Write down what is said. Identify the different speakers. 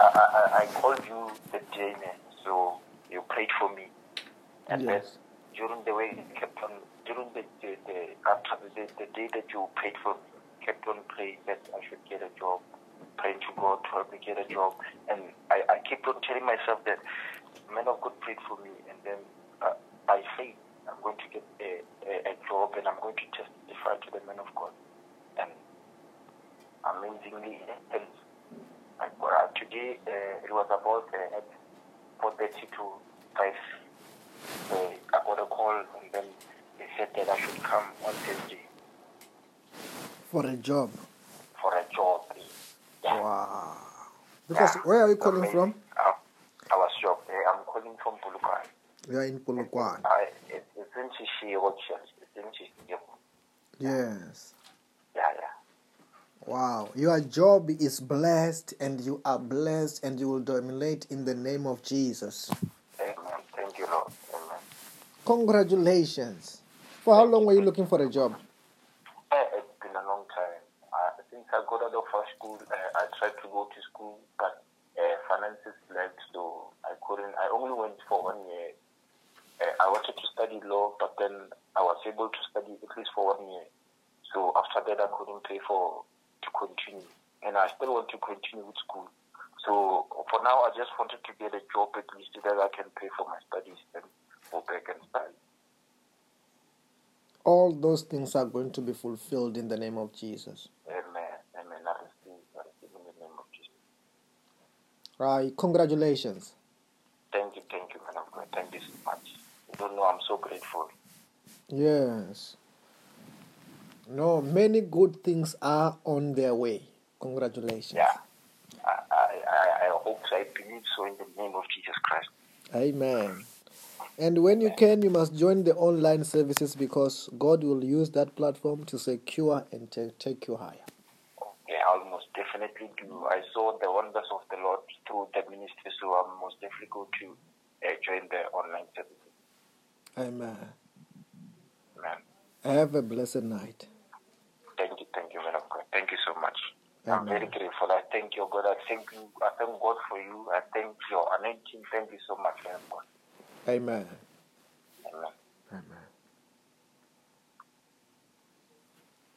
Speaker 1: I, I, I called you the day, man, so you prayed for me. And then
Speaker 2: Yes.
Speaker 1: during the way, you kept on, during the, the, the, after the, the day that you prayed for me, kept on praying that I should get a job, praying to God to help me get a job. And I, I kept on telling myself that, man of God prayed for me. And then uh, by faith, I'm going to get a, a, a job and I'm going to testify to the man of God. And amazingly, it happened. Like, uh, today, uh, it was about uh, at 4.30 to 5. Uh, I got a call and then they said that I should come on Thursday
Speaker 2: For a job.
Speaker 1: for a job. Yeah.
Speaker 2: Wow. Because
Speaker 1: Yeah.
Speaker 2: where are you calling
Speaker 1: Amazing.
Speaker 2: from?
Speaker 1: Uh, I was shocked. Uh, I'm calling from Bulukai.
Speaker 2: You are in Polokwane.
Speaker 1: I it, it's in Chishiro, Church. It's in Chishiro.
Speaker 2: Yes.
Speaker 1: Yeah, yeah.
Speaker 2: Wow. Your job is blessed and you are blessed and you will dominate in the name of Jesus.
Speaker 1: Amen. Thank you, Lord. Amen.
Speaker 2: Congratulations. For how long were you looking for a job?
Speaker 1: Uh, it's been a long time. Uh, since I got out of high school, uh, I tried to go to school, but uh, finances left, so I couldn't. I only went for one year. Uh, I wanted to study law, but then I was able to study at least for one year. So after that, I couldn't pay for to continue, and I still want to continue with school. So for now, I just wanted to get a job at least so that I can pay for my studies and go back and study.
Speaker 2: All those things are going to be fulfilled in the name of Jesus.
Speaker 1: Amen. Amen. uh, I receive. I receive in the name of Jesus.
Speaker 2: Right. Congratulations.
Speaker 1: Thank you, thank you, man of God. Thank you so much. You don't know, I'm so grateful.
Speaker 2: Yes. No, many good things are on their way. Congratulations.
Speaker 1: Yeah. I, I, I- I hope, I believe so in the name of Jesus Christ.
Speaker 2: Amen. And when you can, you must join the online services because God will use that platform to secure and ta- take you higher.
Speaker 1: Yeah, I'll most definitely do. I saw the wonders of the Lord through the ministry, so I'm most definitely going to uh, join the online service.
Speaker 2: Amen.
Speaker 1: Amen.
Speaker 2: Have a blessed night.
Speaker 1: Thank you, thank you, man of God. Thank you so much. I'm
Speaker 2: Amen.
Speaker 1: very grateful. I thank you, God. I thank you. I thank God for you. I thank your anointing. Thank you so much, man of God.
Speaker 2: Amen.
Speaker 1: Amen.
Speaker 2: Amen.